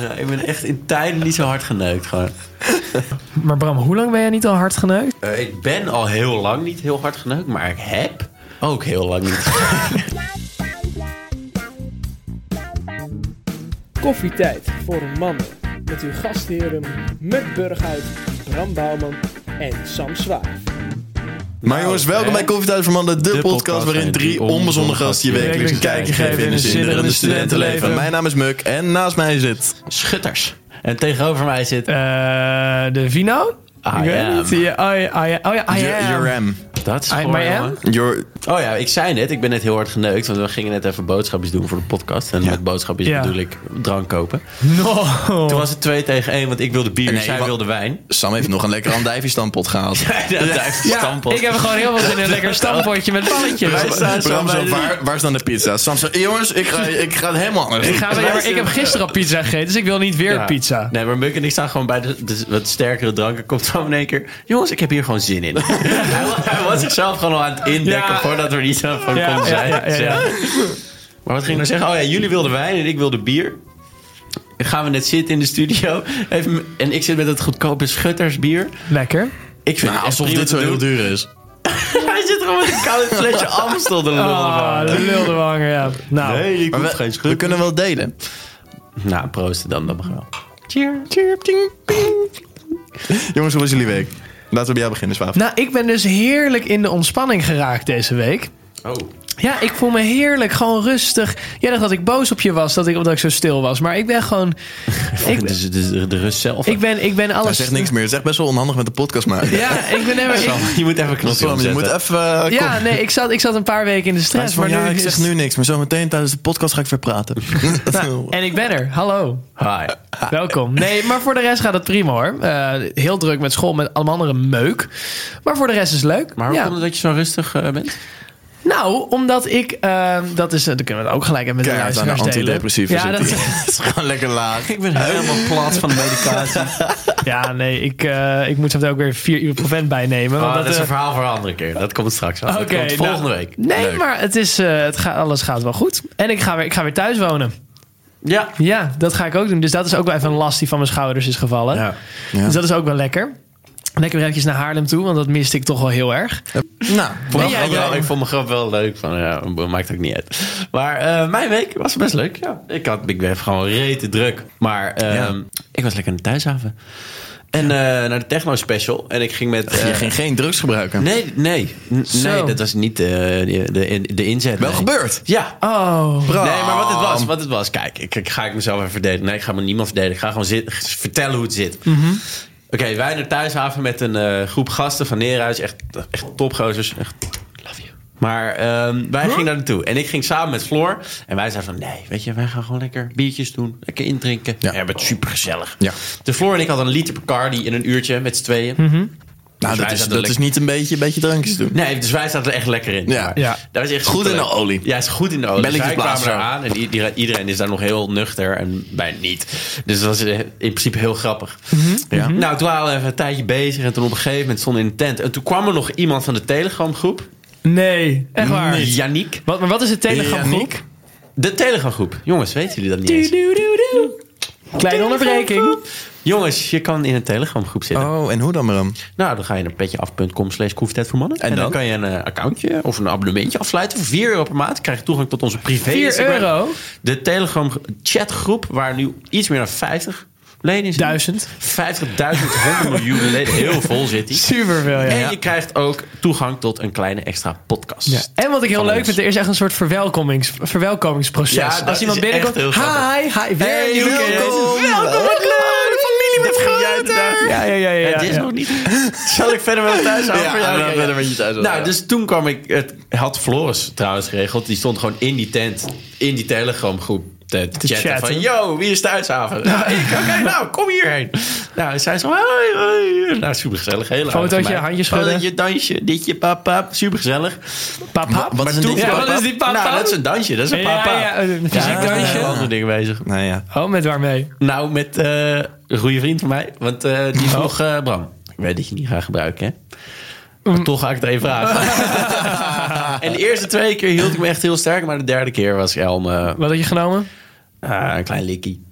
Ja, ik ben echt in tijden niet zo hard geneukt gewoon. Maar Bram, hoe lang ben jij niet al hard geneukt? Eh, ik ben al heel lang niet heel hard geneukt, maar ik heb ook heel lang niet. Koffietijd voor mannen. Met uw gastheren Muk Burghuis, Bram Bouwman en Sam Zwaar. Maar jongens, welkom hè? bij Koffietijd voor Mannen, de, podcast, podcast waarin drie onbezonnen gasten je wekelijks een kijkje geven in een zinderende studentenleven. Mijn naam is Muk en naast mij zit... Schutters. En tegenover mij zit... Eh, de Vino? I ik weet am. niet. Ja, oh ja, oh ja, oh ja, I Your- am. Your Am. Dat is I- gewoon, my am? jongen. Your- Oh ja, ik zei net, ik ben net heel hard geneukt. Want we gingen net even boodschapjes doen voor de podcast. En met boodschapjes Ja. bedoel ik drank kopen. No. Toen was het twee tegen één, want ik wilde bier, dus Nee, zij wa- wilde wijn. Sam heeft nog een lekker andijviestampot gehaald. ja, stampot. Ik heb gewoon heel wat in een lekker stampotje met balletjes. Wij staan zo Bram bij zo, de- waar, waar is dan de pizza? Sam zo, jongens, ik ga, ik ga het helemaal anders Ik, ga, ja, maar ik heb gisteren al pizza gegeten, dus ik wil niet weer Ja. pizza. Nee, maar Muk en ik staan gewoon bij de, de wat sterkere dranken. Komt zo in één keer. Jongens, ik heb hier gewoon zin in. hij, wa- hij was zichzelf gewoon al aan het indekken Ja. voordat we er iets aan van Ja, konden ja, zijn. ja, ja, ja. Maar wat ging ik nou zeggen? Oh ja, jullie wilden wijn en ik wilde bier. Dan gaan we net zitten in de studio. Even, en ik zit met het goedkope schuttersbier. Lekker. Ik vind Nou, het echt alsof prima dit te zo heel doen. duur is. Hij zit gewoon met een koud flesje Amstel de lul. Ah, de lulde wanger, ja. Nou, ik Maar we, we kunnen wel delen. Nou, proosten dan, dat mag wel. Jongens, hoe was jullie week? Laten we bij jou beginnen, Zwaaf. nou, ik ben dus heerlijk in de ontspanning geraakt deze week. Oh. Ja, ik voel me heerlijk, gewoon rustig. Jij dacht dat ik boos op je was, dat ik, omdat ik zo stil was. Maar ik ben gewoon... ik, Dus de, de, de rust zelf. ik, ben, ik ben Hij alles... zegt niks meer. Het is echt best wel onhandig met de podcast maken. Nou, Ja, ik ben helemaal... ik- je moet even knopje Sam, je omzetten. moet even... eh, kom. ja, nee, ik zat, ik zat een paar weken in de Hij is stress. van, Maar ja, nu ik is- zeg nu niks, maar zometeen tijdens de podcast ga ik weer praten. En ik ben er. Hallo. Hi. Ah. Welkom. Nee, maar voor de rest gaat het prima hoor. Eh, heel druk met school, met allemaal andere meuk. Maar voor de rest is het leuk. Maar hoe Ja. komt het dat je zo rustig eh, bent? Nou, omdat ik... eh, dat is... eh, dan kunnen we het ook gelijk hebben met Keihard de aan de luisteraars delen. antidepressiva Ja, zit dat, hij. Het is gewoon lekker laag. Ik ben helemaal plat van de medicatie. ja, nee, ik, eh, ik moet zo meteen ook weer vier uur prevent bijnemen. Ah, want dat, is eh, een verhaal voor een andere keer. Dat komt straks aan. dat Oké, komt volgende nou, week. Nee, Leuk. maar het is, eh, het gaat, alles gaat wel goed. En ik ga, weer, ik ga weer thuis wonen. Ja. Ja, dat ga ik ook doen. Dus dat is ook wel even een last die van mijn schouders is gevallen. ja. Ja. Dus dat is ook wel lekker. Lekker weer eventjes naar Haarlem toe, want dat miste ik toch wel heel erg. Nou, Vond jij- mijn grap wel- jij- ik vond mijn grap wel leuk. Van, ja, maakt ook niet uit. Maar eh, mijn week was best leuk. Ja. Ik, had, ik ben gewoon rete druk. Maar ehm, Ja. ik was lekker in de thuishaven. En eh, naar de techno special. En ik ging met... eh, je ging geen drugs gebruiken. Nee, nee. N- nee, Zo. dat was niet eh, de, de, de inzet. Wel nee. gebeurd. Ja, Oh, Nee, maar wat het was, wat het was. Kijk, ik, ik ga ik mezelf even verdedigen. Nee, ik ga me niemand verdedigen. Ik ga gewoon zit, vertellen hoe het zit. Mhm. Oké, wij naar Thuishaven met een eh, groep gasten van Neerhuis. Echt, echt topgozers. Echt, love you. Maar ehm, wij gingen daar naartoe. En ik ging samen met Floor. En wij zeiden van, nee, weet je, wij gaan gewoon lekker biertjes doen. Lekker intrinken. Ja. We hebben het supergezellig. Ja. De Floor en ik hadden een liter Bacardi in een uurtje met z'n tweeën. Nou, Dus dat wij is, zaten dat lekker- is niet een beetje, beetje drankjes doen. Nee, dus wij zaten er echt lekker in. Ja. Maar Ja. Dat is echt Goed superleuk. in de olie. Ja, is goed in de olie. Belletjes dus wij kwamen blazen. eraan en i- die- iedereen is daar nog heel nuchter en wij niet. Dus dat was eh, in principe heel grappig. Mhm. Ja. Nou, toen waren we even een tijdje bezig en toen op een gegeven moment stonden we in de tent. En toen kwam er nog iemand van de Telegram groep. nee. Echt waar. Yannick. Wat, maar wat is de Telegram groep? Yannick? De Telegram groep. Jongens, weten jullie dat niet eens? Kleine onderbreking. Jongens, je kan in een Telegram groep zitten. Oh, en hoe dan, Bram? Nou, dan ga je naar petjeaf.com slash koffietijd voor mannen. En, dan? dan? kan je een eh, accountje of een abonnementje afsluiten. Voor 4 euro per maand krijg je toegang tot onze privé 4 Instagram. euro? De Telegram chatgroep waar nu iets meer dan 50 leden in zitten. Duizend. 50.000, 100 miljoen leden. Heel vol zit die. Super veel, ja. En je krijgt ook toegang tot een kleine extra podcast. Ja. En wat ik heel Van leuk ons. vind, er is echt een soort verwelkomings, Ja, verwelkomingsproces. dat Als iemand is echt binnenkomt, hi, heel grappig. hi, weer Hey, een nieuwe welkom. keer. Welkom, wat leuk, familie met groter. Ja, ja, ja, ja. Het is ja. nog niet. Zal ik verder met thuis over? Ja, dan verder met je thuis over, Nou, ja. dus toen kwam ik. Het had Floris trouwens geregeld. Die stond gewoon in die tent, in die Telegram groep. Te, chatten, chatten. van, yo, wie is thuishaven? Ja, ik, oké, nou, kom hierheen. Nou, zij zo, hoi, hoi. Nou, supergezellig. Heel aardig Fotootje, meid. handjes schudden. Fotootje, dansje, ditje, pap, pap. Supergezellig. Pap, pap. Wat is een Toen- ding? Ja, wat is die pap, Nou, pap? dat is een dansje, dat is een Ja, papa. ja, een fysiek dansje. andere dingen bezig. Nou ja. Oh, met waarmee? Nou, met eh, een goede vriend van mij. Want eh, die Oh. vroeg, eh, Bram, ik weet dat je niet gaat gebruiken, hè? Mm. Maar toch ga ik het even vragen. en de eerste twee keer hield ik me echt heel sterk. Maar de derde keer was Elm eh, Wat had je genomen? ah, een klein likkie.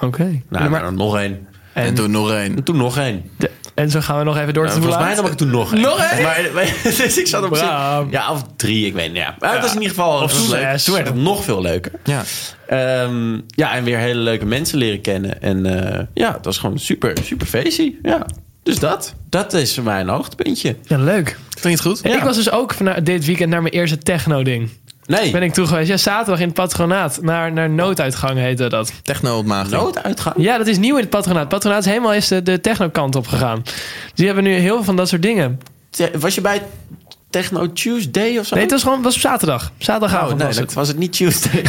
Oké. Nou, maar, nou, nog één. en, En toen nog één. En toen nog één. de- en zo gaan we nog even door. Nou, tot hoe volgens mij laat? nam ik toen nog één. Nog één? Maar, maar- dus ik zat op zich- Bram. Ja, of drie, ik weet niet. Ja. Maar het was in ieder geval Of het was toen leuk. zes. Toen werd het nog veel leuker. Ja. Ehm, ja, en weer hele leuke mensen leren kennen. En eh, ja, het was gewoon super, super feestje. Ja. Dus dat, dat is voor mij een hoogtepuntje. Ja, leuk. Klinkt goed? En Ik was dus ook van, dit weekend naar mijn eerste techno-ding. Nee, Ben ik toe geweest. Ja, zaterdag in het patronaat. Naar, naar nooduitgang heette dat. Techno op maag. nooduitgang. Ja, dat is nieuw in het patronaat. Het patronaat is helemaal eens de, de techno-kant op gegaan. Dus die hebben nu heel veel van dat soort dingen. Te- Was je bij Techno Tuesday of zo? Nee, het was gewoon was op zaterdag. Zaterdagavond Oh, nee, was dat het. was het niet Tuesday.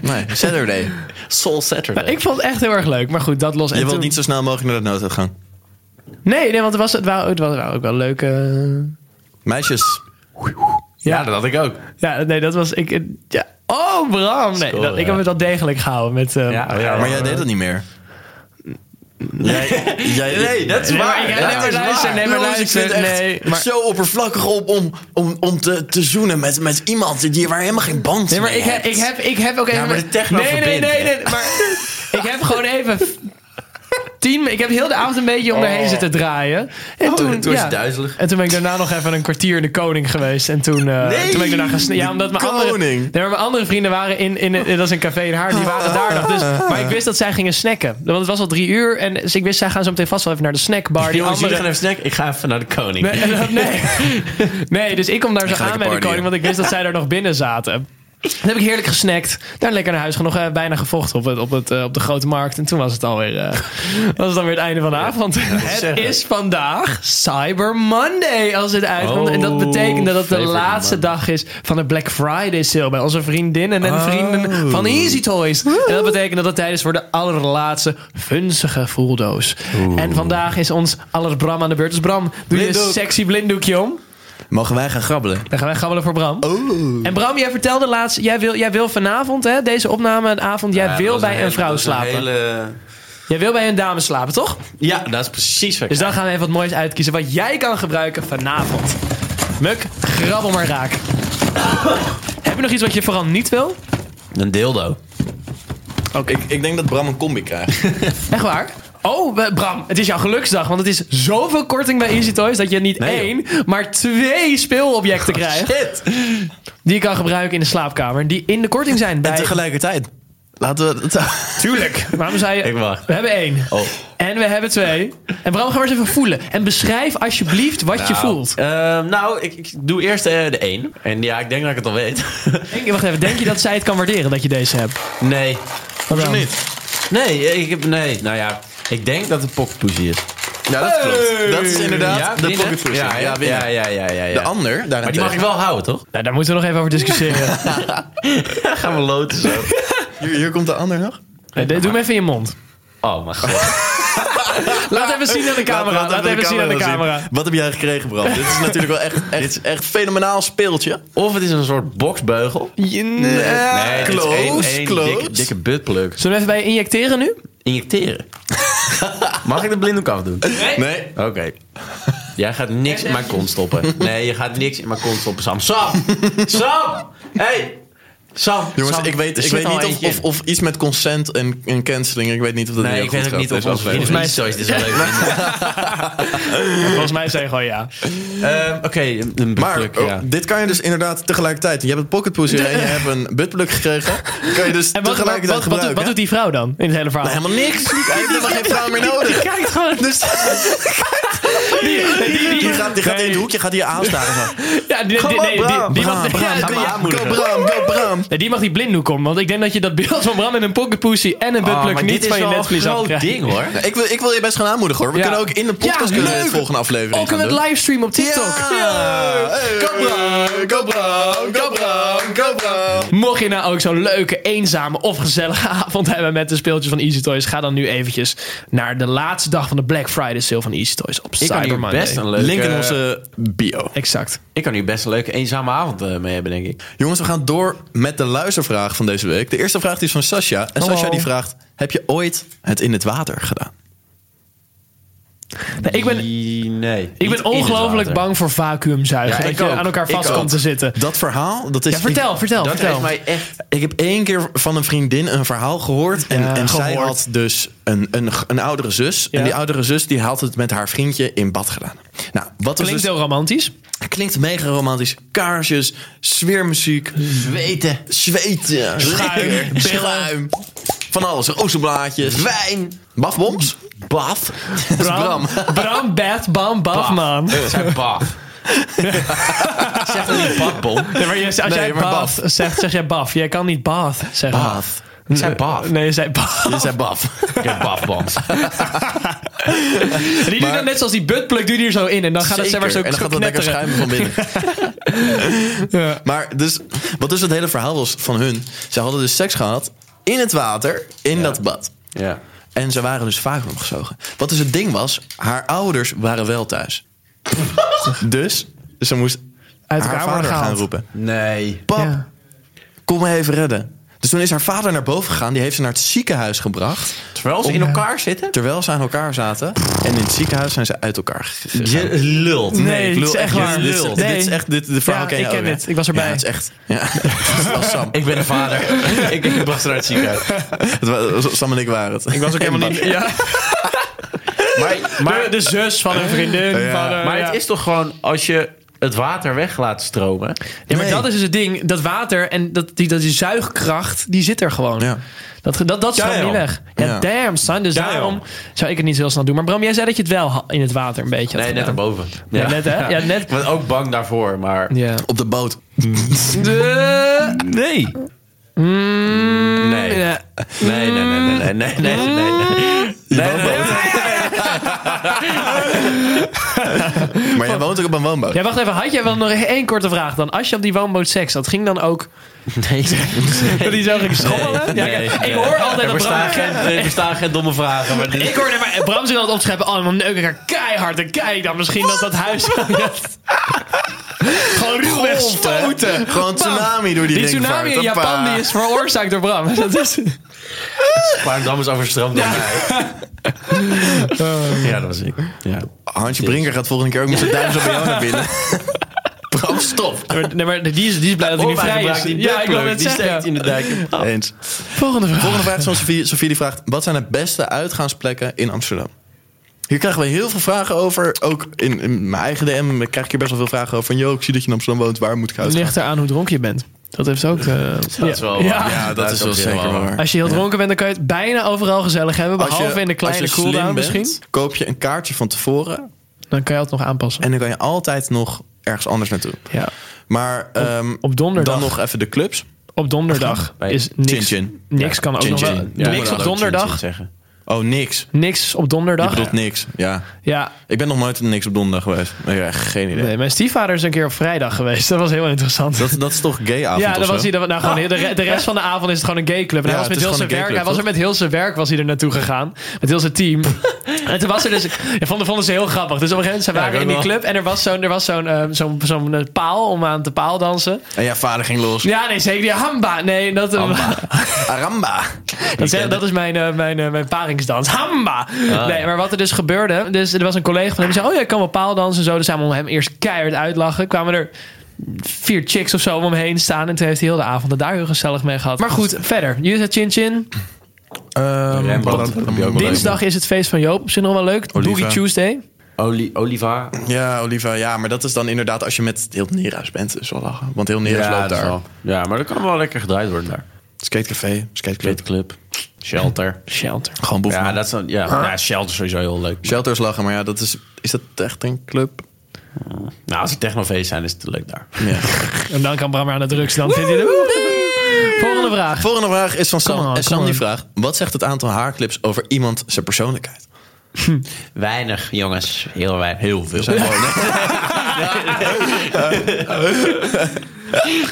Nee, Saturday. Soul Saturday. Maar Nou, ik vond het echt heel erg leuk. Maar goed, dat los. en Je wilt toen- niet zo snel mogelijk naar dat noodhuis gaan. Nee, nee, want het was, het waren, het waren ook wel leuke... Meisjes. ja, dat had ik ook. Ja, nee, dat was... Ik, ja. Oh, Bram! Nee, Score, dat, ik ja. heb het al degelijk gehouden met... eh, Ja, oh ja, ja. Maar jij deed dat niet meer. Jij, jij, Nee, dat is Nee, maar waar. ik- Ja, nee, maar dat is luister, waar. nee, maar Jongens, ik luister, vind het echt nee, maar- zo oppervlakkig op om, om, om te, te zoenen met, met iemand die, waar je helemaal geen band Nee, maar mee ik heb, hebt. ik heb, ik heb ook even... maar de techno nee, nee, verbindt, nee, nee, maar ik heb gewoon even... Tien, ik heb heel de avond een beetje om daarheen zitten draaien. En Oh, toen, toen was ja. het duizelig. En toen ben ik daarna nog even een kwartier in de koning geweest. En toen, eh, Nee, toen ben ik daarna gaan sne- Ja, omdat mijn andere, Koning. nee, maar mijn andere vrienden waren in, in, in- Dat is een café in Haar. Die waren daar nog. Dus, Ah. maar ik wist dat zij gingen snacken. Want het was al drie uur. En dus ik wist, zij gaan zo meteen vast wel even naar de snackbar. Die Jongens, jullie gaan andere... even snacken. Ik ga even naar de koning. Nee, en dat- nee. nee, dus ik kom daar zo ga aan lekker bij de partyen. koning, want ik wist dat zij daar nog binnen zaten. Dan heb ik heerlijk gesnackt. Daar lekker naar huis gaan. Nog eh, bijna gevochten op, het, op, het, eh, op de grote markt. En toen was het alweer, eh, was het alweer het einde van de avond. het zeggen. is vandaag Cyber Monday als het uitkomt. en dat Oh, betekent dat het de favorite laatste Monday. dag is van de Black Friday sale. Bij onze vriendinnen en vrienden van Easy Toys. En dat betekent dat het tijd is voor de allerlaatste vunzige voeldoos. En vandaag is ons aller Bram aan de beurt. Dus Bram, doe je Blinddoek. een sexy blinddoekje om. Mogen wij gaan grabbelen? Dan gaan wij gabbelen voor Bram. En Bram, jij vertelde laatst, jij wil, jij wil vanavond, hè, deze opname, een avond, jij Ja, dat wil was bij een, hele- vrouw dat was een slapen. hele- Jij wil bij een dame slapen, toch? Ja, dat is precies wat ik Dus dan gaan we even wat moois uitkiezen wat jij kan gebruiken vanavond. Muk, grabbel maar raak. Heb je nog iets wat je vooral niet wil? Een dildo. Ik, ik denk dat Bram een combi krijgt. Echt waar? Oh, we- Bram, het is jouw geluksdag, want het is zoveel korting bij Easy Toys dat je niet Nee, Oh, één, maar twee speelobjecten krijgt Shit. die je kan gebruiken in de slaapkamer, die in de korting zijn bij... En tegelijkertijd. Laten we het... Tuurlijk. Waarom zei je... Ik wacht. We hebben één. Oh. En we hebben twee. En Bram, ga maar eens even voelen. En beschrijf alsjeblieft wat je voelt. Ehm, nou, ik, ik doe eerst eh, de één. En ja, ik denk dat ik het al weet. Denk, wacht even, denk je dat zij het kan waarderen dat je deze hebt? nee. Waarom niet? Nee, ik heb... Nee, nou ja. Ik denk dat het pocketpoesie is. Ja, dat klopt. Dat is inderdaad Ja, de winnen? pocket pussy. Ja, ja, ja, winnen. ja, ja, ja, ja. De ander, Maar die daarentegen. mag ik wel houden, toch? Nou, daar moeten we nog even over discussiëren. Dan gaan we loten zo. Hier, hier komt de ander nog. Nee, doe hem even in je mond. Oh mijn god. Laat even zien aan de camera. Laat, Laten we even zien aan de camera. Wat heb jij gekregen, Bram? Dit is natuurlijk wel echt, echt, echt fenomenaal speeltje. Of het is een soort boksbeugel. Je- eh, Nee, het is close, één- één close. Dikke, dikke buttplug. Zullen we even bij je injecteren nu? Injecteren. Mag ik de blinddoek afdoen? Nee. Oké. Jij gaat niks in mijn kont stoppen. Nee, je gaat niks in mijn kont stoppen, Sam. Sam! Sam! Hey! Sam! Jongens, Sam, ik weet, er ik zit weet al niet of, eentje in. of, of iets met consent en, en cancelling. Ik weet niet of dat Nee, heel ik goed weet ook gaat, niet of deze onze aflevering. vrienden mij aflevering. zo is. Dit is wel leuk. Volgens mij zijn gewoon ja. Ehm, Oké, een een Maar buttplug, oh, ja. dit kan je dus inderdaad tegelijkertijd. Je hebt een pocket pussy en je hebt een buttplug gekregen. Kan je dus En wat, wat, wat, tegelijkertijd wat, doet, gebruiken. wat doet die vrouw dan in het hele verhaal? Helemaal niks. Hij heeft helemaal geen vrouw meer Die nodig. kijkt gewoon. Dus die gaat, die gaat in het hoekje gaat hier aanstaren. Zo. Ja, die, die, Kom die, op, nee, die- Bram. die Bram, mag- Bram, ja, kom die- je- aanmoedigen. Go Bram, go Bram. Nee, die mag die blinddoek om, want ik denk dat je dat beeld van Bram in een pocketpussy en Oh, een buttplug maar niet dit van is je wel een netvlies groot afkrijgt. ding, hoor. Ik wil, ik wil je best gaan aanmoedigen hoor. We Ja. kunnen ook in de podcast Ja, kunnen we leuk. de volgende aflevering Ook kunnen we gaan het livestreamen op doen. TikTok. Ja. Go Bram, go Bram, go Bram, go Bram. Mocht je nou ook zo'n leuke, eenzame of gezellige avond hebben met de speeltjes van Easy Toys, ga dan nu eventjes naar de laatste dag van de Black Friday sale van Easy Toys op Ik kan, Cyber hier Monday. best een leuke, Link in onze bio. Exact. ik kan hier best een leuke eenzame avond eh, mee hebben, denk ik. Jongens, we gaan door met de luistervraag van deze week. De eerste vraag die is van Sascha. En Hallo. Sascha die vraagt, heb je ooit het in het water gedaan? Nee, ik ben, I- Nee. ik Niet in ben het ongelooplijk water. bang voor vacuümzuigen. Ja, dat ik je ook. aan elkaar Ik vast ook. komt te zitten. Dat verhaal, dat is... Ja, vertel, vertel, Dat vertel. heeft mij echt... Ik heb één keer van een vriendin een verhaal gehoord. En, Ja, en zij gehoord. had dus een, een, een oudere zus. Ja. En die oudere zus die had het met haar vriendje in bad gedaan. Nou, wat was Klinkt dus, heel romantisch. klinkt mega romantisch. Kaarsjes, sfeermuziek, Zweten. zweten, Schuim, lekker, pillen. schuim. Van alles, rozenblaadjes, wijn, bafboms. Baf? Dat is Bram, Bram. Bram, Bert, Bam, Baf, man. Het zijn baf. Zeg dan niet badbom. Nee, maar je- als Nee, jij maar Bath zegt, zeg jij Baf. Jij kan niet Bath zeggen. Baf. Het zijn baf. Nee, je zei Baf. Je zei baf. Ik heb bafboms. En die doet dan net zoals die buttplug, doe die er zo in. En dan gaat het zeg maar zo, Zeker. En dan zo gaat dat lekker knetteren. schuimen van binnen. Ja. Maar dus, wat dus het hele verhaal was van hun. Ze hadden dus seks gehad in het water, in dat bad. Ja. En ze waren dus vaak omgezogen. Wat dus het ding was, haar ouders waren wel thuis. dus ze moest Uit haar elkaar worden vader gaan gehaald. roepen. Nee. Pap, Ja. kom me even redden. Dus toen is haar vader naar boven gegaan. Die heeft ze naar het ziekenhuis gebracht. Terwijl ze in elkaar zitten? Terwijl ze aan elkaar zaten. En in het ziekenhuis zijn ze uit elkaar gegaan. Je lult. Nee, Ik het lul is echt dit- waar. Dit, is- Lul. dit is Nee. echt, dit, de verhaal Ja, ken je ik ken ook, hè? dit. Ik was erbij. Ja, het is echt, ja. Het was Sam. Ik ben een vader. ik ik was naar het ziekenhuis. Het wa- Sam en ik waren het. Ik was ook helemaal niet... Ja. Maar, de, de zus van een vriendin. Ja. Van, eh, maar ja. het is toch gewoon als je het water weg laat stromen. Ja, maar Nee. dat is dus het ding. Dat water en dat, die, dat die zuigkracht, die zit er gewoon. Ja. Dat, dat, dat stroomt Damn. niet weg. Ja, Ja. damn son. Dus Damn. daarom zou ik het niet zo heel snel doen. Maar Bram, jij zei dat je het wel ha- in het water een beetje had Nee, net gedaan. erboven. Ja, net hè? Ja, Ik net. ben ook bang daarvoor, maar. Ja. Op de boot. Nee. Nee. Mm, Ja. Mm. Nee, nee, nee, nee, nee, nee, nee, nee, nee, nee. Nee, nee, nee. Maar jij woont ook op een woonboot. Ja, wacht even. Had jij wel nog één korte vraag dan? Als je op die woonboot seks had, ging dan ook... Dat die zo ging schommelen? Ja, Nee, ik- nee. Ik hoor altijd Er dat Bram... bestaan geen- er bestaan geen domme vragen. Maar dit- Ik hoorde maar Bram zich altijd opscheppen. Oh, dan neuk ik haar keihard. En kijk dan misschien dat dat huis... Gewoon ruw wegstoten. Gewoon tsunami door die Die ding tsunami in vaart. Japan Hoppa. die is veroorzaakt door Bram. Dat is... Paardam is overstroomd door mij. Oh. Ja, dat was ik. Ja. Hansje Brinker gaat volgende keer ook met zijn duim zo bij jou naar binnen. Bram, stop. Nee, maar die is, die is blij dat hij nu vrij is. ja, ik wil het Die steekt zeggen. in de dijk. Eens. Volgende vraag. Volgende vraag is van Sofie. Sofie die vraagt, wat zijn de beste uitgaansplekken in Amsterdam? Hier krijgen we heel veel vragen over. Ook in, in mijn eigen DM krijg ik hier best wel veel vragen over. Van, yo, ik zie dat je in Amsterdam woont. Waar moet ik Het uitgaan? ligt eraan hoe dronken je bent. Dat heeft ook... eh, Dat is ja. wel Ja. waar. Ja, dat is wel op zich zeker waar. waar. Als je heel dronken bent, dan kan je het bijna overal gezellig hebben. Behalve in de als kleine je slim cooldown bent, misschien. koop je een kaartje van tevoren. Dan kan je het nog aanpassen. En dan kan je altijd nog ergens anders naartoe. Ja. Maar ehm, op donderdag. dan nog even de clubs. Op donderdag Bij is niks. Chin Chin. Niks kan ook Chin nog Chin. wel. niks Ja, donderdag op ook donderdag. Zeggen. Oh, niks. Niks op Je donderdag. bedoelt niks. Ja. Ja. Ik ben nog nooit niks op donderdag geweest. Ik heb echt geen idee. Nee, mijn stiefvader is een keer op vrijdag geweest. Dat was heel interessant. Dat, dat is toch gay avond ja, of dat zo? was hij. Dat, nou, gewoon, de, re- de rest van de avond is het gewoon een gayclub. En Ja, hij was het met is heel zijn gewoon een werk. gayclub, hij was er met heel zijn werk was hij er naartoe gegaan. Met heel zijn team. en toen was er dus. Ja, vonden, vonden ze heel grappig. Dus op een gegeven moment ze waren ik in ook die wel. club en er was zo'n er was zo'n eh, zo'n zo'n eh, paal om aan te paaldansen. En ja, vader ging los. Ja, nee, zeker die hamba. Nee, dat, eh, Aramba. Dat, is- dat is mijn, eh, mijn, eh, mijn paringsdans. Hamba! Ah. nee, maar wat er dus gebeurde. Dus er was een collega van hem die zei: Oh, jij kan wel paaldansen en zo. Dus hij om hem eerst keihard uitlachen. Kwamen er vier chicks of zo om hem heen staan. En toen heeft hij heel de avond het daar heel gezellig mee gehad. Maar goed, verder. Jullie zijn Chin Chin. Rembo. dat- dat- dat- Ehm, Dinsdag is het feest van Joop. Op zich nog wel leuk. Oliva. Boogie Tuesday. Oli- Oliva. Ja, Oliva. Ja, maar dat is dan inderdaad als je met heel Nera's bent. Dus wel lachen. Want heel Nera's loopt dat is daar. wel- Ja, maar dat kan wel lekker gedraaid worden daar. Skatecafé, skateclub. Club. Shelter. Shelter. Gewoon boef. Ja, dat is een, ja, ja, shelter is sowieso heel leuk. Shelters lachen, maar ja, dat is, is dat echt een club? Nou, als het technofeest zijn, is het leuk daar. Ja. En dan kan Bram weer aan de drugs. Dan vindt hij de- Volgende vraag. Volgende vraag is van Sam. Come on, en Sam come die on. vraagt, wat zegt het aantal haarclips over iemand zijn persoonlijkheid? Weinig, jongens. Heel weinig. Heel veel.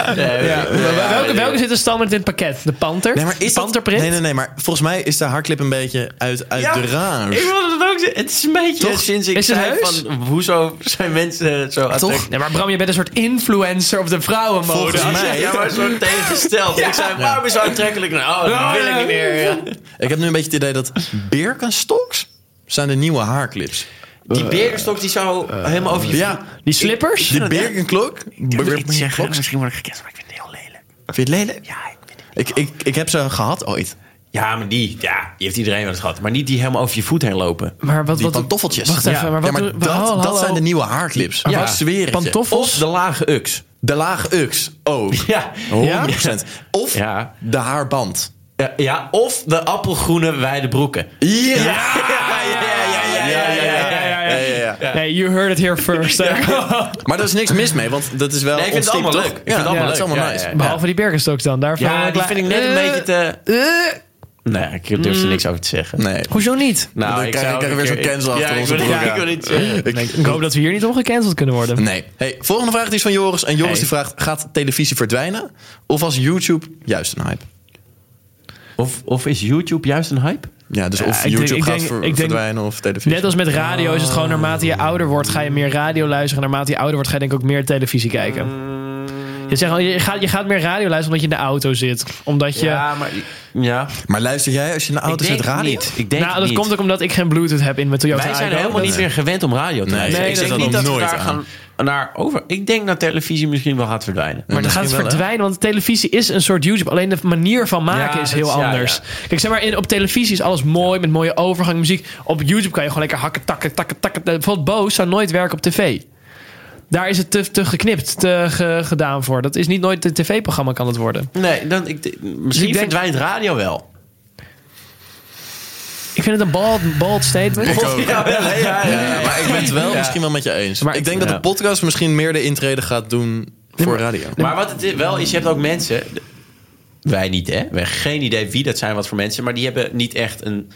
Welke, welke zit er standaard in het pakket? De panter? Nee, maar is dat- Panterprint? Nee, nee, nee, maar volgens mij is de haarclip een beetje uit, uit de Ik range. wilde het ook zeggen. Het is een beetje Toch? sinds ik Is het zei heus? van... Hoezo zijn mensen zo attractief? Nee, maar Bram, je bent een soort influencer op de vrouwenmode. Volgens Als je- mij. Oh, Ja, maar zo tegengesteld. Ik zei, waarom is zo aantrekkelijk? Nou, dat Ja, wil ik ja. niet meer. Ja. Ik heb nu een beetje het idee dat Birkenstocks zijn de nieuwe haarclips. Die beerenstok die zo helemaal over je... Ja, Die slippers? die Birkenklok. Ik wil iets Birkenklok. zeggen, misschien word ik gekend, maar ik vind het heel lelijk. Vind je het lelijk? Ja, ik vind het- Ik, ik, ik heb ze gehad ooit. ja, maar die, ja, die heeft iedereen wel eens gehad. Maar niet die helemaal over je voet heen lopen. Maar wat, Die wat, pantoffeltjes. Wacht Ja. even, maar wat ja, maar doen- dat, hallo, hallo. dat zijn de nieuwe haarclips. Ja. Ja, zweer Pantoffel. Pantoffels? Of de lage uks. De laag UX ook. Ja. 100%. Of Ja. de haarband. Ja, ja, of de appelgroene wijde broeken. Ja! ja, ja, Ja, ja, ja, ja, ja, ja. Nee, you heard it here first. hè. Maar daar is niks mis mee, want dat is wel. Nee, ik vind het ons team, allemaal toch? leuk. Ik vind het Ja, allemaal het is leuk. allemaal Ja, nice. ja, ja. Behalve die Birkenstocks dan. Daarvan Ja, die vind ik net een Eh, beetje te... Nee, ik durf er niks over te zeggen. Nee. eh, Hoezo niet? Nou, Dan krijg- zou krijgen we een weer keer- zo'n cancel achter ja, ik onze wil- broek Ja, ik aan. wil niet zeggen. Ik hoop dat we hier niet om gecanceld kunnen worden. Nee. Hey, volgende vraag die is van Joris. En Joris Hey. die vraagt: gaat televisie verdwijnen? Of was YouTube juist een hype? Of, of is YouTube juist een hype? Ja, dus Ja, ik of denk- YouTube ik gaat denk- ver- ik denk- verdwijnen of televisie. Net als met radio is het gewoon naarmate je ouder wordt, ga je meer radio luisteren. En naarmate je ouder wordt, ga je denk ik ook meer televisie kijken. Je, zegt al, je, gaat, je gaat meer radio luisteren omdat je in de auto zit. Omdat je. maar... Ja. Maar luister jij als je in de auto Oh, zit radio? niet. Ik denk nou, dat niet. komt ook omdat ik geen Bluetooth heb in mijn Toyota. Wij zijn Aygo. helemaal niet meer gewend om radio te Nee, luisteren. nee, ik dat denk is niet dan dat we nooit daar aan. gaan naar over. Ik denk dat televisie misschien wel gaat verdwijnen. Maar dan gaat het Misschien wel, hè? verdwijnen, want televisie is een soort YouTube. Alleen de manier van maken Ja, is dat heel is- ja, anders. ja. Kijk, zeg maar, in, op televisie is alles mooi met mooie overgang, muziek. Op YouTube kan je gewoon lekker hakken, takken, takken, takken. Bijvoorbeeld Boos zou nooit werken op tv. Daar is het te, te geknipt, te ge- gedaan voor. Dat is niet nooit een tv-programma kan het worden. Nee, dan, Dus ik, misschien denk- verdwijnt radio wel. Ik vind het een bald, bald statement. Ja, wel, hè? ja, ja, ja. Ja, maar ik ben het wel Ja. misschien wel met je eens. Maar ik denk ja. dat de podcast misschien meer de intrede gaat doen voor radio. Maar wat het is- wel is, je hebt ook mensen. Wij niet, hè? We hebben geen idee wie dat zijn, wat voor mensen. Maar die hebben niet echt een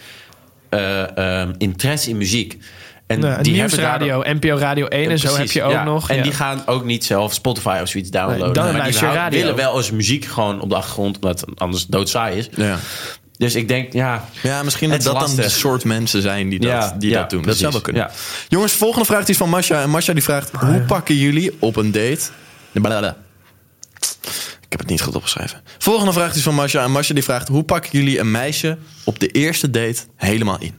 eh, ehm, interesse in muziek. En Nou, die hebben daardoor- nieuwsradio, NPO Radio 1 en zo Precies, heb je ook ja. nog. En ja. die gaan ook niet zelf Spotify of zoiets downloaden. Nee, dan maar die luister je houden- radio. willen wel als muziek gewoon op de achtergrond, omdat het anders doodsaai is. Ja. Dus ik denk, ja. Ja, misschien dat Het is dat dan de lastig. soort mensen zijn die dat, Ja, die ja, dat doen. precies. Dat zou wel kunnen. Ja. Jongens, volgende vraag die is van Masha. En Masha die vraagt, hoe pakken jullie op een date... Blablabla. Ik heb het niet goed opgeschreven. Volgende vraag is van Masha. En Masha die vraagt, hoe pakken jullie een meisje op de eerste date helemaal in?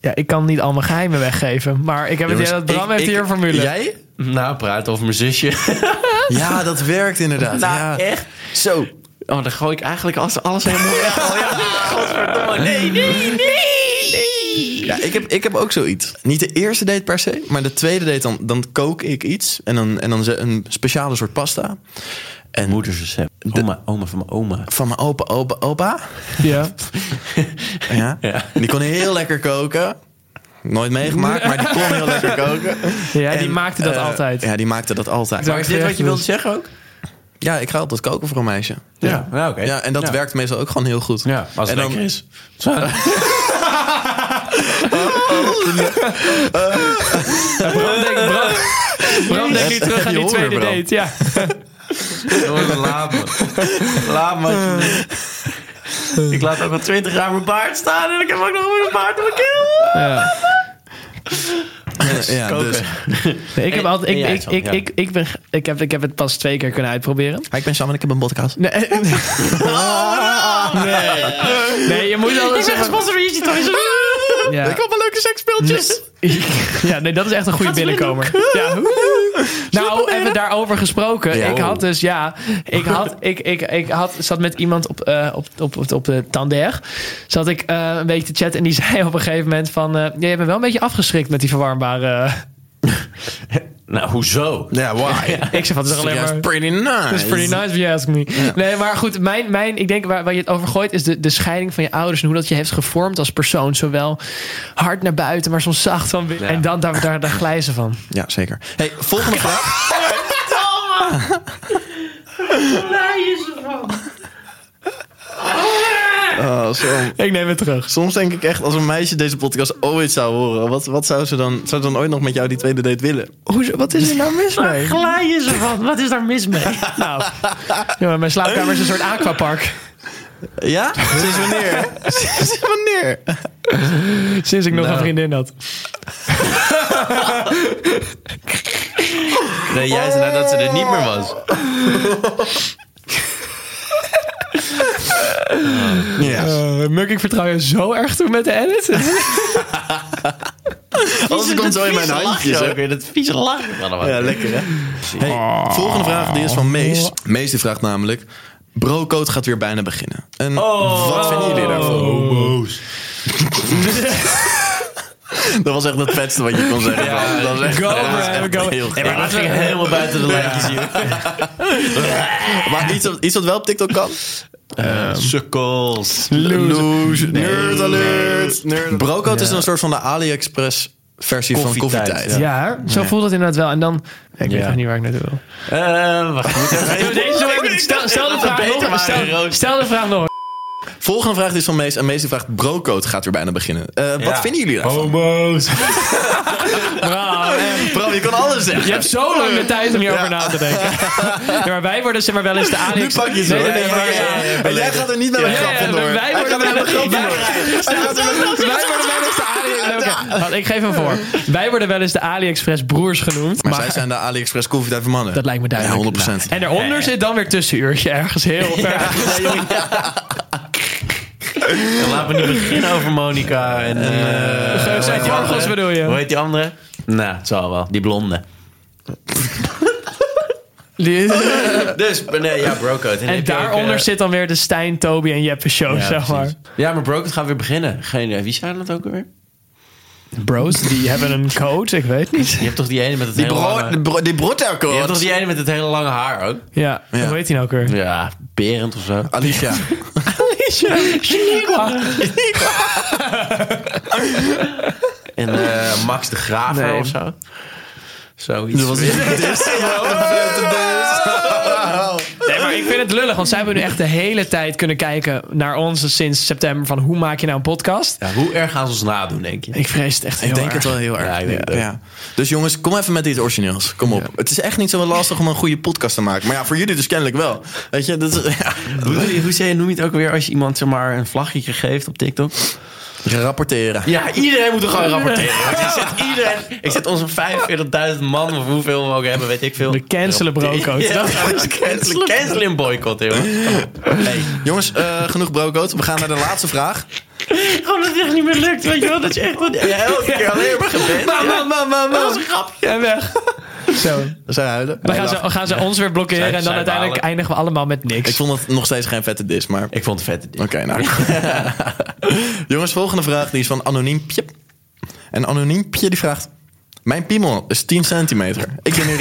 Ja, ik kan niet al mijn geheimen weggeven. Maar ik heb het Jongens, idee dat Bram ik- heeft ik- hier een formule. Jij? Nou, praat over mijn zusje. Ja, dat werkt inderdaad. nou, ja. echt. Zo. Oh, dan gooi ik eigenlijk alles, alles helemaal weg. Oh, ja. Godverdomme. Nee, nee, nee, nee. Ja, ik heb, ik heb ook zoiets. Niet de eerste date per se, maar de tweede date dan, dan kook ik iets. En dan, en dan ze- een speciale soort pasta. En Moedersrecept. Oma, oma van mijn oma. van mijn opa, opa, opa. Ja. Ja. Ja. Die kon heel lekker koken. Nooit meegemaakt, maar die kon heel lekker koken. Ja, die En, maakte dat eh, altijd. Ja, die maakte dat altijd. Ja. Maar is dit wat je wilde zeggen ook? Ja, ik ga altijd koken voor een meisje. Ja, ja oké. Ja, en dat werkt meestal ook gewoon heel goed. Ja, als en het dan- lekker is. Bram denkt Bram, Bram denkt nu Heb terug je aan die honger, tweede Bram? date. Ja. Laat me. Laat me. Ik laat ook al twintig jaar mijn baard staan en ik heb ook nog een baard op mijn keel. Ja, dus. Nee, ik, heb En- altijd, en ik, jij, ik, Sam, ik, ja. ik, ik, ben, ge- ik, heb, ik heb het pas twee keer kunnen uitproberen. Hi, ik ben Sam en ik heb een podcast. Nee, nee. nee je moet altijd zeggen... Ja. Ik heb wel leuke seksspeeltjes. Ja, nee, dat is echt een goede binnenkomer. Ja. Nou, even daarover gesproken. Ja. oh. Ik had dus, ja, ik had, ik, ik, ik had, zat met iemand op, eh, op, op, op, op de Tander. Zat ik eh, een beetje te chatten en die zei op een gegeven moment van, eh, ja, je bent wel een beetje afgeschrikt met die verwarmbare. Nou, hoezo? Ja, why? Ja. Ik zeg, wat is er alleen maar. pretty nice. Dat is pretty nice, if you ask me. Nee, maar goed, mijn, mijn, ik denk waar, waar je het over gooit... is de, de scheiding van je ouders en hoe dat je heeft gevormd als persoon. Zowel hard naar buiten, maar soms zacht van binnen. Ja. En dan, daar, daar, daar glijzen van. Ja, zeker. Hey, volgende vraag. Oh, zo. Ik neem het terug. Soms denk ik echt, als een meisje deze podcast ooit zou horen, wat, wat zou ze dan, zou ze dan ooit nog met jou die tweede date willen? Hoezo, wat is er nou mis mee? glijden ze van? Wat is daar mis mee? Nou, ja, maar mijn slaapkamer is een soort aquapark. Ja? Sinds wanneer? Sinds wanneer? Sinds ik nog een vriendin had. Nee, jij zei nou dat ze er niet meer was. Ja. Eh, Muk, ik vertrouw je zo erg toe met de edit. Alles komt zo in mijn handjes. hè. Dat vieze lachen. Ja, lekker hè. Oh. Hey, Volgende vraag die is van Mees. Mees die vraagt namelijk... Brocode gaat weer bijna beginnen. En Oh, wat vinden jullie daarvan? Dat was echt het vetste wat je kon zeggen. dat was echt, Go, dat was man, echt go. heel maar dat ging helemaal buiten de lijntjes hier. Maar iets, wat- iets wat wel op TikTok kan? Ehm, Sukkels. Eh, Loes. Nerd alert. Brocode is Ja. een soort van de AliExpress versie van Koffietijd, koffietijd. ja. Ja, zo voelt het inderdaad wel. En dan, ik weet Ja. echt niet waar ik naartoe wil. Eh, wacht. ik moet even- Stel, stel de Dat we vraag beter nog. waren, Stel, Roos. stel de vraag nog. Volgende vraag is van Mees. En Mees die vraagt, brocode gaat weer bijna beginnen. Eh, Wat Ja. vinden jullie daarvan? Bro, Eh, je kan alles zeggen. Je hebt zo lang de tijd om hierover na te denken. Ja, maar wij worden zeg maar wel eens de Nu AliExpress. pak je ze. Nee, nee, nee, Ja, maar- ja, ja, ja, ja. Maar jij gaat er niet met een Ja, grap ja, vandoor. wij Hij worden gaat er wel met een grap wij- vandoor. Hij gaat er met een grap Wij worden wel eens de AliExpress. Oké, wacht, Ik geef hem voor. Wij worden wel eens de AliExpress broers genoemd. Maar zij zijn de AliExpress koffietijd voor mannen. Dat lijkt me duidelijk. Ja, 100%. En daaronder zit dan weer tussenuurtje ergens heel ver. Laten we niet beginnen over Monica en... eh, hoe zijn heet die gorgels andere? bedoel je? Hoe heet die andere? Nou, het zal wel. Die blonde. Dus, nee, ja, brocode. En eh, daaronder zit dan weer de Stijn, Toby en Jeppe show, eh, Ja, zeg maar. precies. Ja, maar Broken gaat weer beginnen. Geen idee. Wie zijn dat ook alweer? Bros, die hebben een code, ik weet niet. Je hebt toch die ene met het Die hele brood, lange... die brood, die Je hebt toch broodterkort. die ene met het hele lange haar ook? Ja, Ja. hoe heet die nou ook weer? Ja, Berend of zo. Alicia. En eh, Max de Graaf Nee. of zo. Zoiets. Nee, maar ik vind het lullig, want zij hebben nu echt de hele tijd kunnen kijken naar ons sinds september van hoe maak je nou een podcast? Ja, hoe erg gaan ze ons nadoen, denk je? Ik vrees het echt heel Ik denk erg. het wel heel erg. Ja, ik denk het ook. Ja. Dus jongens, kom even met iets origineels. Kom op. Het is echt niet zo lastig om een goede podcast te maken. Maar ja, voor jullie dus kennelijk wel. Weet je, dat is ja, Hoe, hoe zei- noem je het ook weer als je iemand zeg maar, een vlaggetje geeft op TikTok? rapporteren. Ja, iedereen moet er gewoon rapporteren. Want ik zet iedereen... Ik zet onze 45.000 man, of hoeveel we ook hebben, weet ik veel. We cancelen Broco. Ja, Dat- cancelen, cancelen en boycott, joh. Nee. Jongens, eh, genoeg broodcoat. We gaan naar de laatste vraag. Gewoon dat het echt niet meer lukt, weet je wel? Dat je echt wat, elke keer alleen maar gebed. Dat was een grapje. En weg. Zo. Zij huilen. Dan gaan Hij ze, lacht. gaan ze ons weer blokkeren Zij- en dan zij uiteindelijk balen. eindigen we allemaal met niks. Ik vond het nog steeds geen vette dis, maar... Ik vond het vet. dit. Oké, nou. Jongens, volgende vraag die is van Anoniempje. En Anoniempje die vraagt... Mijn piemel is 10 centimeter. Ik ben nu...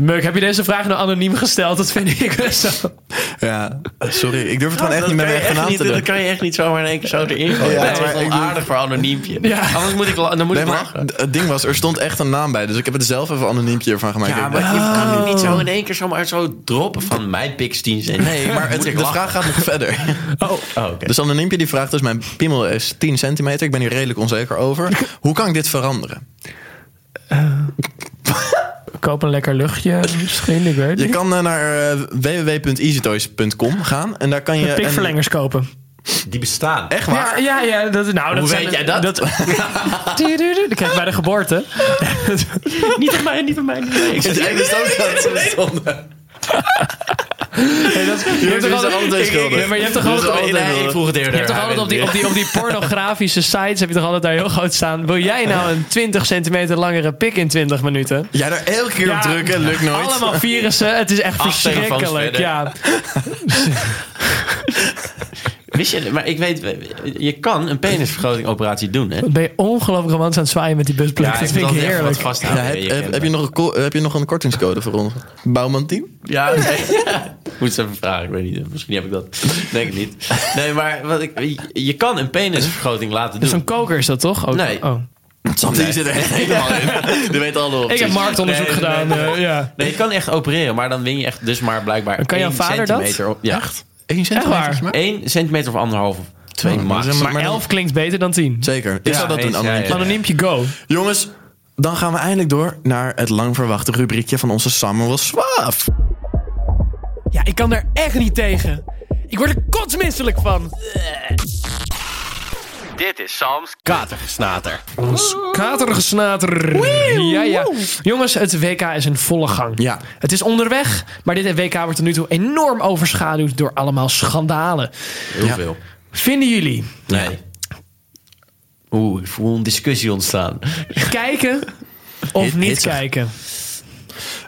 Muk, heb je deze vraag nou anoniem gesteld? Dat vind ik best zo. Ja, sorry. Ik durf het gewoon echt Oh, Dat kan niet met mijn je eigen echt naam niet- te Dat doen. kan je echt niet zomaar in één keer zo erin gooien. Ja, dat maar is wel ik doe- aardig voor anoniempje. Ja. Anders moet ik, la- dan moet Nee, ik maar lachen. het ding was, er stond echt een naam bij. Dus ik heb er zelf even anoniempje ervan gemaakt. Ja, Ik "Ah." maar dacht, je kan nu niet zo in één keer zomaar zo droppen van mijn pics 10 cent. Nee, maar het, Moet de ik lachen? vraag gaat nog verder. Oh, oké. Dus anoniempje die vraagt dus, mijn piemel is 10 centimeter. Ik ben hier redelijk onzeker over. Hoe kan ik dit veranderen? Koop een lekker luchtje misschien, ik weet Je niet. kan eh, naar eh, www.easytoys.com gaan. En daar kan je... een- Pikverlengers kopen. Dus Die bestaan. Echt waar? Ja, ja, ja, dat, nou, dat Hoe zijn- weet jij Oh, dat? dat krijg je bij de geboorte. niet aan mij, niet aan mij. Niet aan mij. Ik Het zit- is ook dat ze stonden. Je hebt toch is er altijd- altijd ik- ik- schuldig. nee, maar je hebt toch Die altijd- is er altijd Nee, ik schuldig. vroeg het eerder. Je hebt toch altijd op die, op, die, op die pornografische sites heb je toch altijd daar heel groot staan. Wil jij nou een 20 centimeter langere pik in 20 minuten? Ja, daar elke keer Ja. op drukken, lukt nooit. Allemaal virussen, het is echt Acht telefoons verschrikkelijk. verder. Ja. Wist je, maar ik weet, je kan een penisvergrotingoperatie doen, hè? Dan ben je ongelooflijk romantisch aan het zwaaien met die busplug. dat vind ik heerlijk. Ja, heb, heb, heb je nog een, ko- heb je nog een kortingscode voor ons? Bouwman 10? Ja, nee. Moet ze even vragen, ik weet niet. Misschien heb ik dat. Denk ik niet. Nee, maar wat ik, je- je kan een penisvergroting laten doen. Zo'n koker is dat toch? Ook- Nee. oh. Santi zit er echt helemaal in. Die weet alle Ik opties. heb marktonderzoek Nee, nee, gedaan. eh, ja. Nee, je kan echt opereren, maar dan win je echt dus maar blijkbaar kan jouw één vader dat? centimeter op. Ja, echt? 1 Echt waar? centimeter. maar. 1 centimeter of anderhalf of twee Oh, max. dat is een- Maar Maar dan- 11 klinkt beter dan 10. Zeker. Ik zou dat eens, doen, ja, Annemiek. ja. Anoniempje go. Jongens, dan gaan we eindelijk door naar het lang verwachte rubriekje van onze Samuel Swaaf. Ja, ik kan daar echt niet tegen. Ik word er kotsmisselijk van. Dit is Sam's katergesnater. Katergesnater. Ja, ja. Jongens, het WK is in volle gang. Ja. Het is onderweg, maar dit WK wordt tot nu toe enorm overschaduwd door allemaal schandalen. Heel veel. Vinden jullie Nee. Oeh, ik voel een discussie ontstaan. Kijken of Hit- niet hitsig. kijken?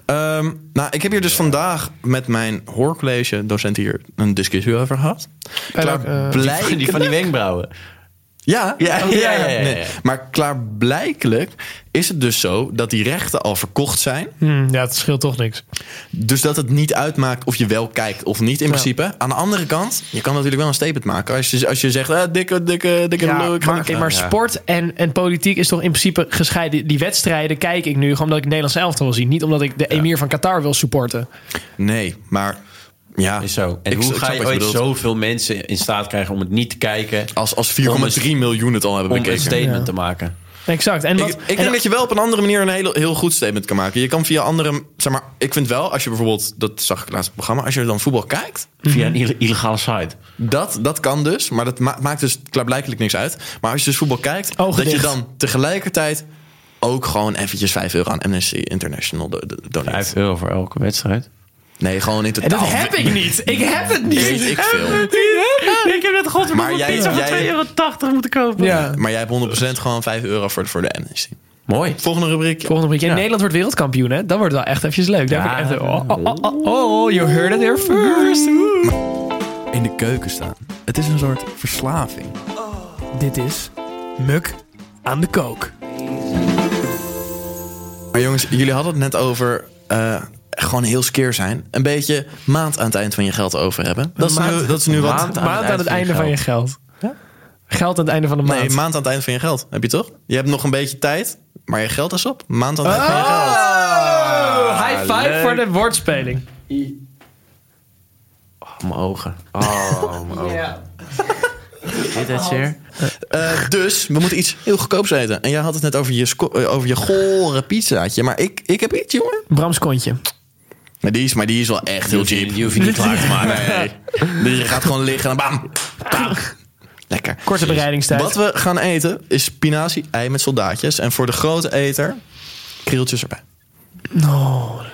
Ehm, nou, ik heb hier dus vandaag met mijn hoorcollege docent hier een discussie over gehad. Bij Klaar welk, eh, Blij van die, van die wenkbrauwen. Ja, Ja, Oh, ja, ja, ja, nee. ja. Maar klaarblijkelijk is het dus zo dat die rechten al verkocht zijn. Hm, ja, het scheelt toch niks. Dus dat het niet uitmaakt of je wel kijkt of niet in principe. Aan de andere kant, je kan natuurlijk wel een statement maken. Als je, als je zegt, eh, dikke, dikke, dikke Ja, lul, ik ga maar, naar- maar Ja. sport en, en politiek is toch in principe gescheiden. Die wedstrijden kijk ik nu gewoon omdat ik het Nederlands elftal wil zien. Niet omdat ik de emir van Qatar wil supporten. Nee, maar ja. Is zo. En Ik- hoe ik ga snap je wat ooit bedoelt. zoveel mensen in staat krijgen om het niet te kijken... Als, als 4,3 miljoen het al hebben om een bekeken. statement Ja. te maken? Exact. En Ik, wat, ik en- denk dat je wel op een andere manier een heel, heel goed statement kan maken. Je kan via andere... Zeg maar, ik vind wel, als je bijvoorbeeld... Dat zag ik laatst op het programma. Als je dan voetbal kijkt... Via een ille- illegale site. Dat, dat kan dus, maar dat ma- maakt dus klaarblijkelijk niks uit. Maar als je dus voetbal kijkt, Ogen dat je dicht. dan tegelijkertijd ook gewoon eventjes 5 euro aan Amnesty International do- do- doneert. Vijf euro voor elke wedstrijd. Nee, gewoon in en totaal. dat heb ik niet. Nou, Ik heb het niet. Weet ik veel. Ik heb net godverdomme Maar jij- pizza voor jij- 2,80 euro moeten kopen. Ja. Maar jij hebt 100% gewoon 5 euro voor, voor de Amnesty. Mooi. Volgende rubriek. Volgende week. Ja. Nederland wordt wereldkampioen, hè? Dan wordt het wel echt eventjes leuk. Daar Ja. heb ik echt... Oh, oh, oh, oh, oh, you heard it here first. in de keuken staan. Het is een soort verslaving. Dit is Muk aan de kook. Maar jongens, jullie hadden het net over eh, gewoon heel skeer zijn. Een beetje maand aan het eind van je geld over hebben. Dat is nu, dat is nu wat. Maand Maand aan het einde van je geld. Geld aan het einde van de maand. Nee, maand aan het eind van je geld. Heb je toch? Je hebt nog een beetje tijd, maar je geld is op. Maand aan het eind van je geld. Oh, high five voor de woordspeling. Oh, mijn ogen. Oh, mijn ogen. Dit het zeer? Eh, dus we moeten iets heel goedkoops eten. En jij had het net over je, sco- eh, over je gore pizzaatje. Maar ik, ik heb iets, jongen. Brams kontje. Maar die is, maar die is wel echt heel cheap. Je hoeft je niet klaar te maken. Nee. Dus je gaat gewoon liggen en bam. bam. Lekker. Korte bereidingstijd. Wat we gaan eten is spinazie, ei met soldaatjes. En voor de grote eter, krieltjes erbij.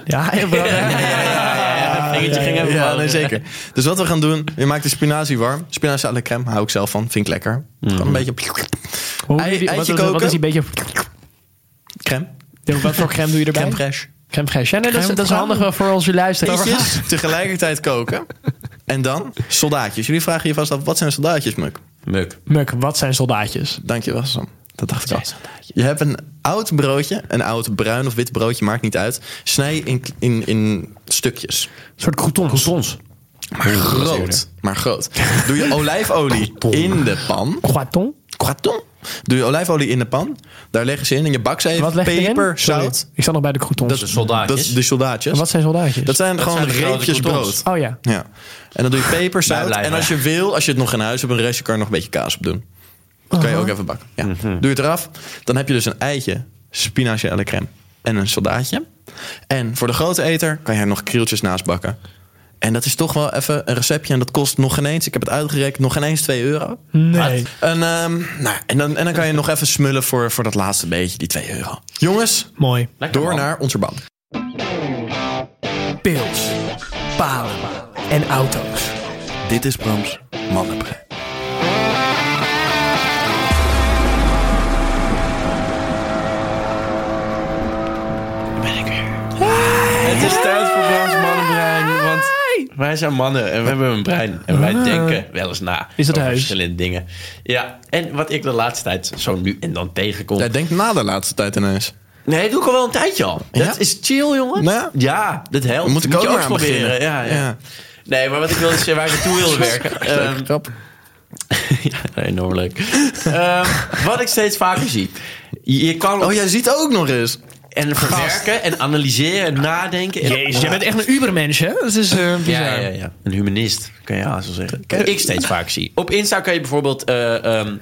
Ja, heel belangrijk. Vingertje ging even Ja, omhoog. nee, zeker. Dus wat we gaan doen, je maakt de spinazie warm. Spinazie à la crème, hou ik zelf van. Vind ik lekker. Gewoon een Mhm. beetje Hoe doe Ei- je die- wat, eitje is- wat koken. is die beetje... crème. Ja, Wat voor crème doe je erbij? Crème fraîche. Crème fraîche. Ja, nee, dat, is, Crème dat is fraîche. handig wel voor onze luisteraars. Eitjes tegelijkertijd koken. En dan soldaatjes. Jullie vragen je vast af, wat zijn soldaatjes, Muk? Muk. Muk, wat zijn soldaatjes? Dankjewel, Sam. Dat dacht ik al. Je hebt een oud broodje, een oud bruin of wit broodje, maakt niet uit. Snij in, in, in stukjes. Een soort croutons. Maar groot. Maar groot. Doe je olijfolie in de pan. Croiton? Croaton. Doe je olijfolie in de pan. Daar leggen ze in. En je bak ze even. Wat leg je erin? peper, Sorry, zout. Ik sta nog bij de croutons. Dat is soldaatjes. Dat is de soldaatjes. En wat zijn soldaatjes? Dat zijn gewoon zijn de grote reepjes croutons. brood. Oh ja. Ja. En dan doe je peper, zout. blijven, En als je wil, als je het nog in huis hebt, een restje kan je nog een beetje kaas op doen. Dat kan je ook even bakken. Ja. Doe je het eraf. Dan heb je dus een eitje, spinazie à la crème en een soldaatje. En voor de grote eter kan je er nog krieltjes naast bakken. En dat is toch wel even een receptje. En dat kost nog geen eens, ik heb het uitgerekend, nog geen eens 2 euro. Nee. En, ehm, nou, en, dan, en dan kan je nog even smullen voor, voor dat laatste beetje, die 2 euro. Jongens, Mooi. door naar onze band. Pils, palen en auto's. Dit is Brams Mannenbrein. Het is tijd voor Brams mannenbrein. Ah, Want wij zijn mannen en we hebben een brein. En wij denken wel eens na Is het over heus? verschillende dingen. Ja, en wat ik de laatste tijd zo nu en dan tegenkom. Jij denkt na de laatste tijd ineens. Nee, dat doe ik al wel een tijdje al. Ja? Dat is chill, jongen. Nou ja. ja, dat helpt. Moet ik ook je maar aan beginnen. Ja, ja. Ja. Nee, maar wat ik wil is eh, waar ik naartoe wilde werken. Ehm, Grap. ja, enorm leuk. Ehm, wat ik steeds vaker zie. Je je kan Oh, jij ziet ook nog eens. en verwerken en analyseren en nadenken. En Jezus, jij bent echt een ubermensch, hè? Dat is eh, bizar. Ja, ja, ja. Een humanist, kan je haast wel zeggen. Wat ik steeds vaak zie. Op Insta kan je bijvoorbeeld eh, ehm,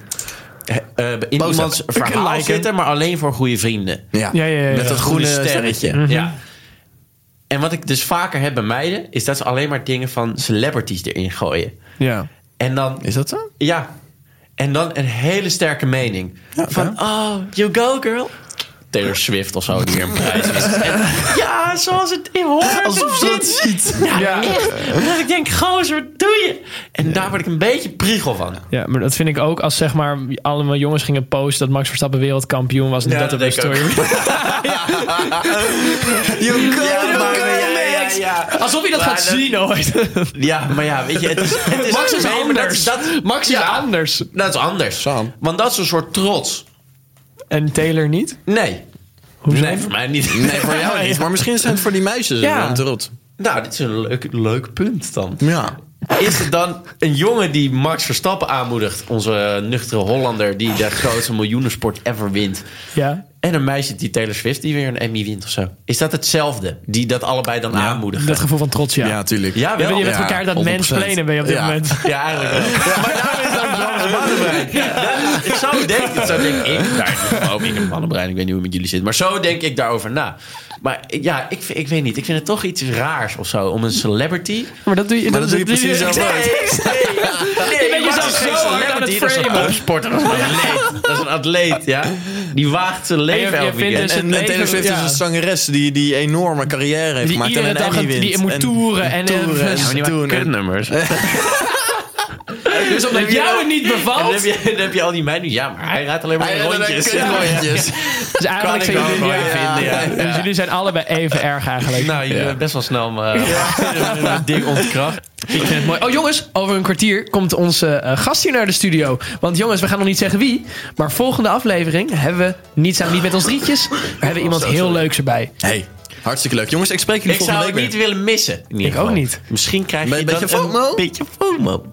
eh, eh, in Post iemands dat. verhaal Liken. zitten, maar alleen voor goede vrienden. Ja, Ja, ja, ja, ja. met dat Een groene sterretje. Ja. En wat ik dus vaker heb bij meiden, is dat ze alleen maar dingen van celebrities erin gooien. Ja. En dan Is dat zo? Ja. En dan een hele sterke mening. van, oh, you go girl. Taylor Swift of zo die weer een prijs wint. En ja, zoals het in hoort. Alsof ze dat ziet. Ja, echt. Dat ik denk, gozer, wat doe je? En daar word ik een beetje priegel van. Ja, maar dat vind ik ook als zeg maar allemaal jongens gingen posten dat Max Verstappen wereldkampioen was. En Ja, dat dat op een denk ik story. Ja, maar- ja, ja, ja. Alsof je dat Maar gaat dat- zien ooit. Ja, maar ja, weet je, het is... Het is Max is Nee, maar dat anders. is- dat- Max is ja, anders. Dat is anders. Sam. Want dat is een soort trots. En Taylor niet? Nee. Nee, voor mij niet. Nee, voor jou Ja, niet. niet, Maar misschien zijn het voor die meisjes Ja. ja. een rot. Nou, dit is een leuk, leuk punt dan. Ja. Is het dan een jongen die Max Verstappen aanmoedigt, onze nuchtere Hollander die de grootste miljoenensport ever wint, Ja. en een meisje die Taylor Swift die weer een Emmy wint of zo? Is dat hetzelfde? Die dat allebei dan aanmoedigen? Dat gevoel van trots, ja. Ja, tuurlijk. Ja, Je wel. bent- je Ja, bent Ja, elkaar dat 100%. mansplainen ben je op dit Ja. moment. eigenlijk wel. Maar daarom is dat een Vlaamse mannenbrein. Dat- Ik zou denken, dat zou denk ik daar ook in een mannenbrein. Ik weet niet hoe het met jullie zit, maar zo denk ik daarover na. Maar ik- ja, ik, vind- ik weet niet. Ik vind het toch iets raars of zo om een celebrity Maar dat doe je, Maar dat doe je precies je- zelf ook. Nee, ben je Max zo is zo geen hard aan celebrity, het dat is een framen. topsporter, dat is een atleet. Dat is een atleet, ja. Die waagt zijn leven En je- je elke vindt weekend. dus- En, en Taylor Swift Ja. is een zangeres die, die enorme carrière heeft Die gemaakt. En iedere een dag Emmy een- wint. die moet en toeren en- toeren en- Ja, maar die doen. maken kutnummers. En Dus omdat je- nou- jou het niet dan bevalt. heb, je, dan heb je al die mij nu. Ja, maar hij raadt alleen maar in rondjes. Ja. rondjes. Dus Kan eigenlijk ik zijn wel jullie, mooi ja. vinden, ja. Dus jullie zijn allebei even erg eigenlijk. Nou, je bent best wel snel maar, dik ontkracht. Ik vind het mooi. Oh jongens, over een kwartier komt onze eh, gast hier naar de studio. Want jongens, we gaan nog niet zeggen wie. Maar volgende aflevering hebben we niet samen niet met ons drietjes. Maar hebben we Oh, iemand heel leuks erbij. Hey, hartstikke leuk. Jongens, ik spreek Ik jullie zou volgende het week niet willen missen. in ieder Ik ook geval. niet. Misschien krijg Be- je beetje dan FOMO? een beetje FOMO.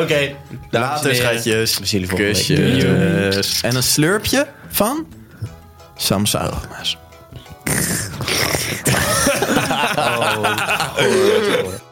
Oké. dames en Later, heren. schatjes. We zien jullie volgende week. Yes. Kusjes. En een slurpje van Samsarogma's. Oh, goh, goh.